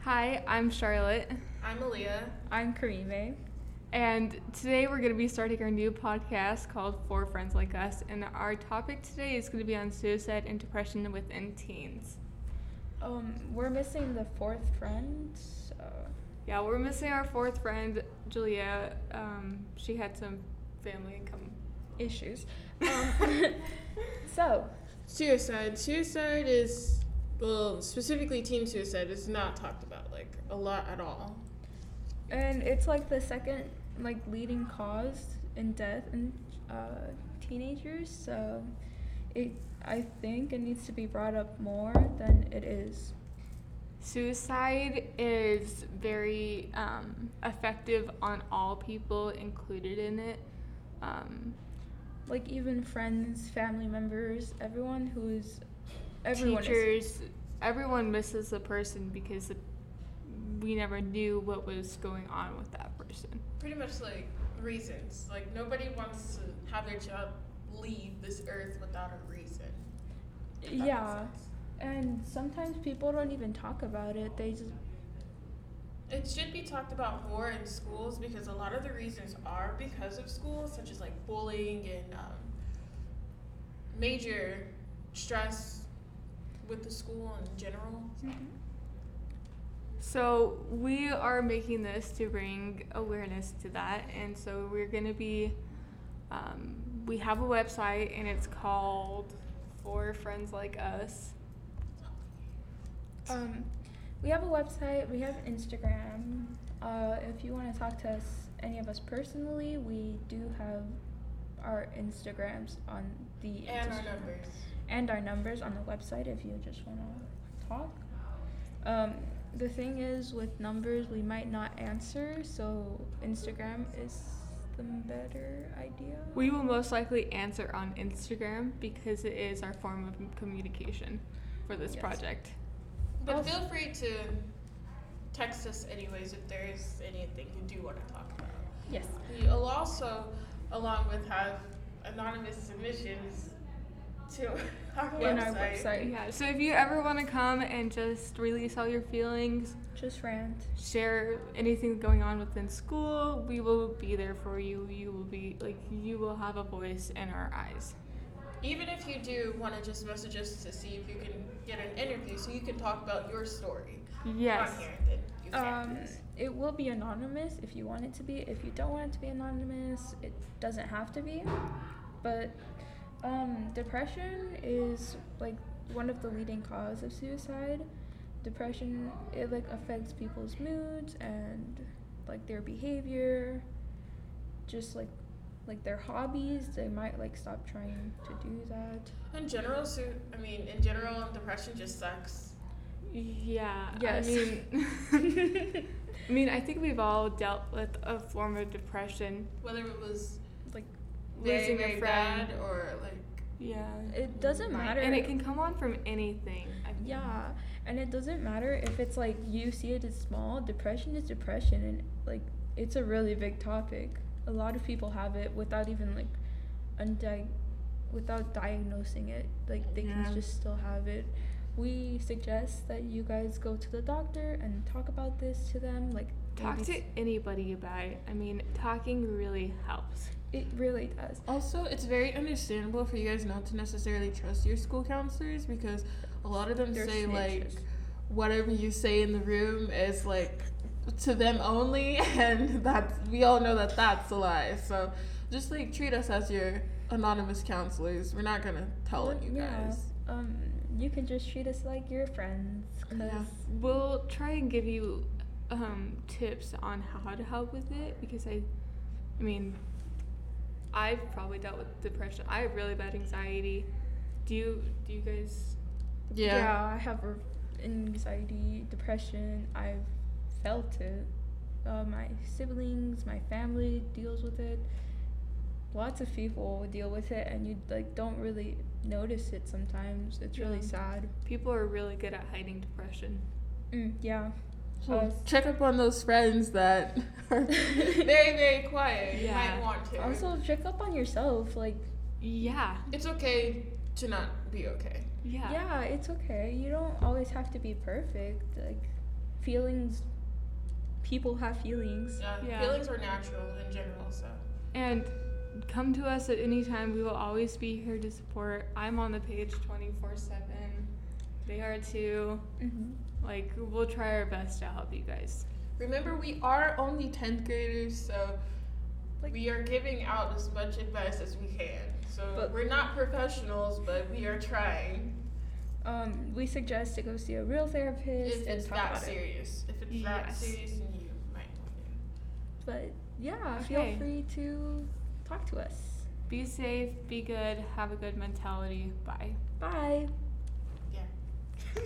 Hi, I'm Charlotte. I'm Aaliyah. I'm Karime. And today we're going to be starting our new podcast called For Friends Like Us. And our topic today is going to be on suicide and depression within teens. Um, we're missing the fourth friend. uh, So. Yeah, we're missing our fourth friend, Julia. Um, she had some family income. Issues. Um, so, Suicide. Suicide is well, specifically teen suicide is not talked about like a lot at all. and it's like the second like leading cause in death in uh, teenagers. So, it I think it needs to be brought up more than it is. Suicide is very um, effective on all people included in it. Um, Like even friends, family members, everyone who's everyone is- teachers, everyone misses a person because the, we never knew what was going on with that person. Pretty much like reasons. Like nobody wants to have their child leave this earth without a reason. if that makes Yeah. sense. And sometimes people don't even talk about it. They just It should be talked about more in schools because a lot of the reasons are because of school, such as like bullying and um, major stress with the school in general. So we are making this to bring awareness to that, and so we're going to be. Um, we have a website, and it's called For Friends Like Us. Um, we have a website. We have Instagram. Uh, if you want to talk to us, any of us personally, we do have our Instagrams on the And our Instagram- numbers. and our numbers on the website. If you just want to talk. Um, the thing is, with numbers, we might not answer, so Instagram is the better idea. We will most likely answer on Instagram because it is our form of communication for this Yes. project. But Also- feel free to text us anyways if there is anything you do want to talk about. yes. We'll also, along with, have anonymous submissions to our In website. our website, Yeah, so if you ever want to come and just release all your feelings, just rant. share anything going on within school, we will be there for you. You will be like you will have a voice in our eyes. Even if you do want to just message us to see if you can get an interview so you can talk about your story Yes. on here that you found Um, us. it will be anonymous if you want it to be. If you don't want it to be anonymous, it doesn't have to be. But um, depression is like one of the leading cause of suicide. Depression it like affects people's moods and like their behavior, just like like their hobbies. They might like stop trying to do that. In general, so, I mean, in general, depression just sucks. Yeah. Yes. I mean I mean, I think we've all dealt with a form of depression. Whether it was Like very, Losing a very friend. bad or like Yeah. it doesn't matter. And it can come on from anything. I mean, Yeah, and it doesn't matter if it's like you see it as small. Depression is depression, and like it's a really big topic. A lot of people have it without even like undiag, without diagnosing it. Like they Yeah. can just still have it. We suggest that you guys go to the doctor and talk about this to them. Like Talk maybe to anybody about it. I mean, talking really helps. it really does. Also, it's very understandable for you guys not to necessarily trust your school counselors because a lot of them They're say like snitches. whatever you say in the room is like to them only, and that's we all know that that's a lie. So just like treat us as your anonymous counselors. We're not gonna tell Well, you yeah. guys. Um, you can just treat us like your friends, cause Yeah. We'll try and give you um, tips on how to help with it because I, I mean, I've probably dealt with depression. I have really bad anxiety. Do you? Do you guys? yeah, I have re- anxiety, depression. I've felt it. Uh, my siblings, my family deals with it. Lots of people deal with it, and you like don't really notice it sometimes. It's really Yeah. sad. People are really good at hiding depression. Mm, yeah. So Uh, check up on those friends that are very very quiet. You Yeah. might want to. Also, check up on yourself. Like, Yeah. it's okay to not be okay. Yeah. yeah, it's okay. You don't always have to be perfect. Like, feelings. People have feelings. Yeah, Yeah. feelings are natural in general, so. And come to us at any time. We will always be here to support. I'm on the page 24 7. They are too. hmm Like, we'll try our best to help you guys. Remember, we are only 10th graders, so Like- we are giving out as much advice as we can. So But- we're not professionals, but we are trying. Um, we suggest to go see a real therapist If and it's talk that about it. serious. If it's that Yes. serious, then you might want to. But yeah, Okay. feel free to talk to us. Be safe, be good, have a good mentality. Bye. Bye. Yeah.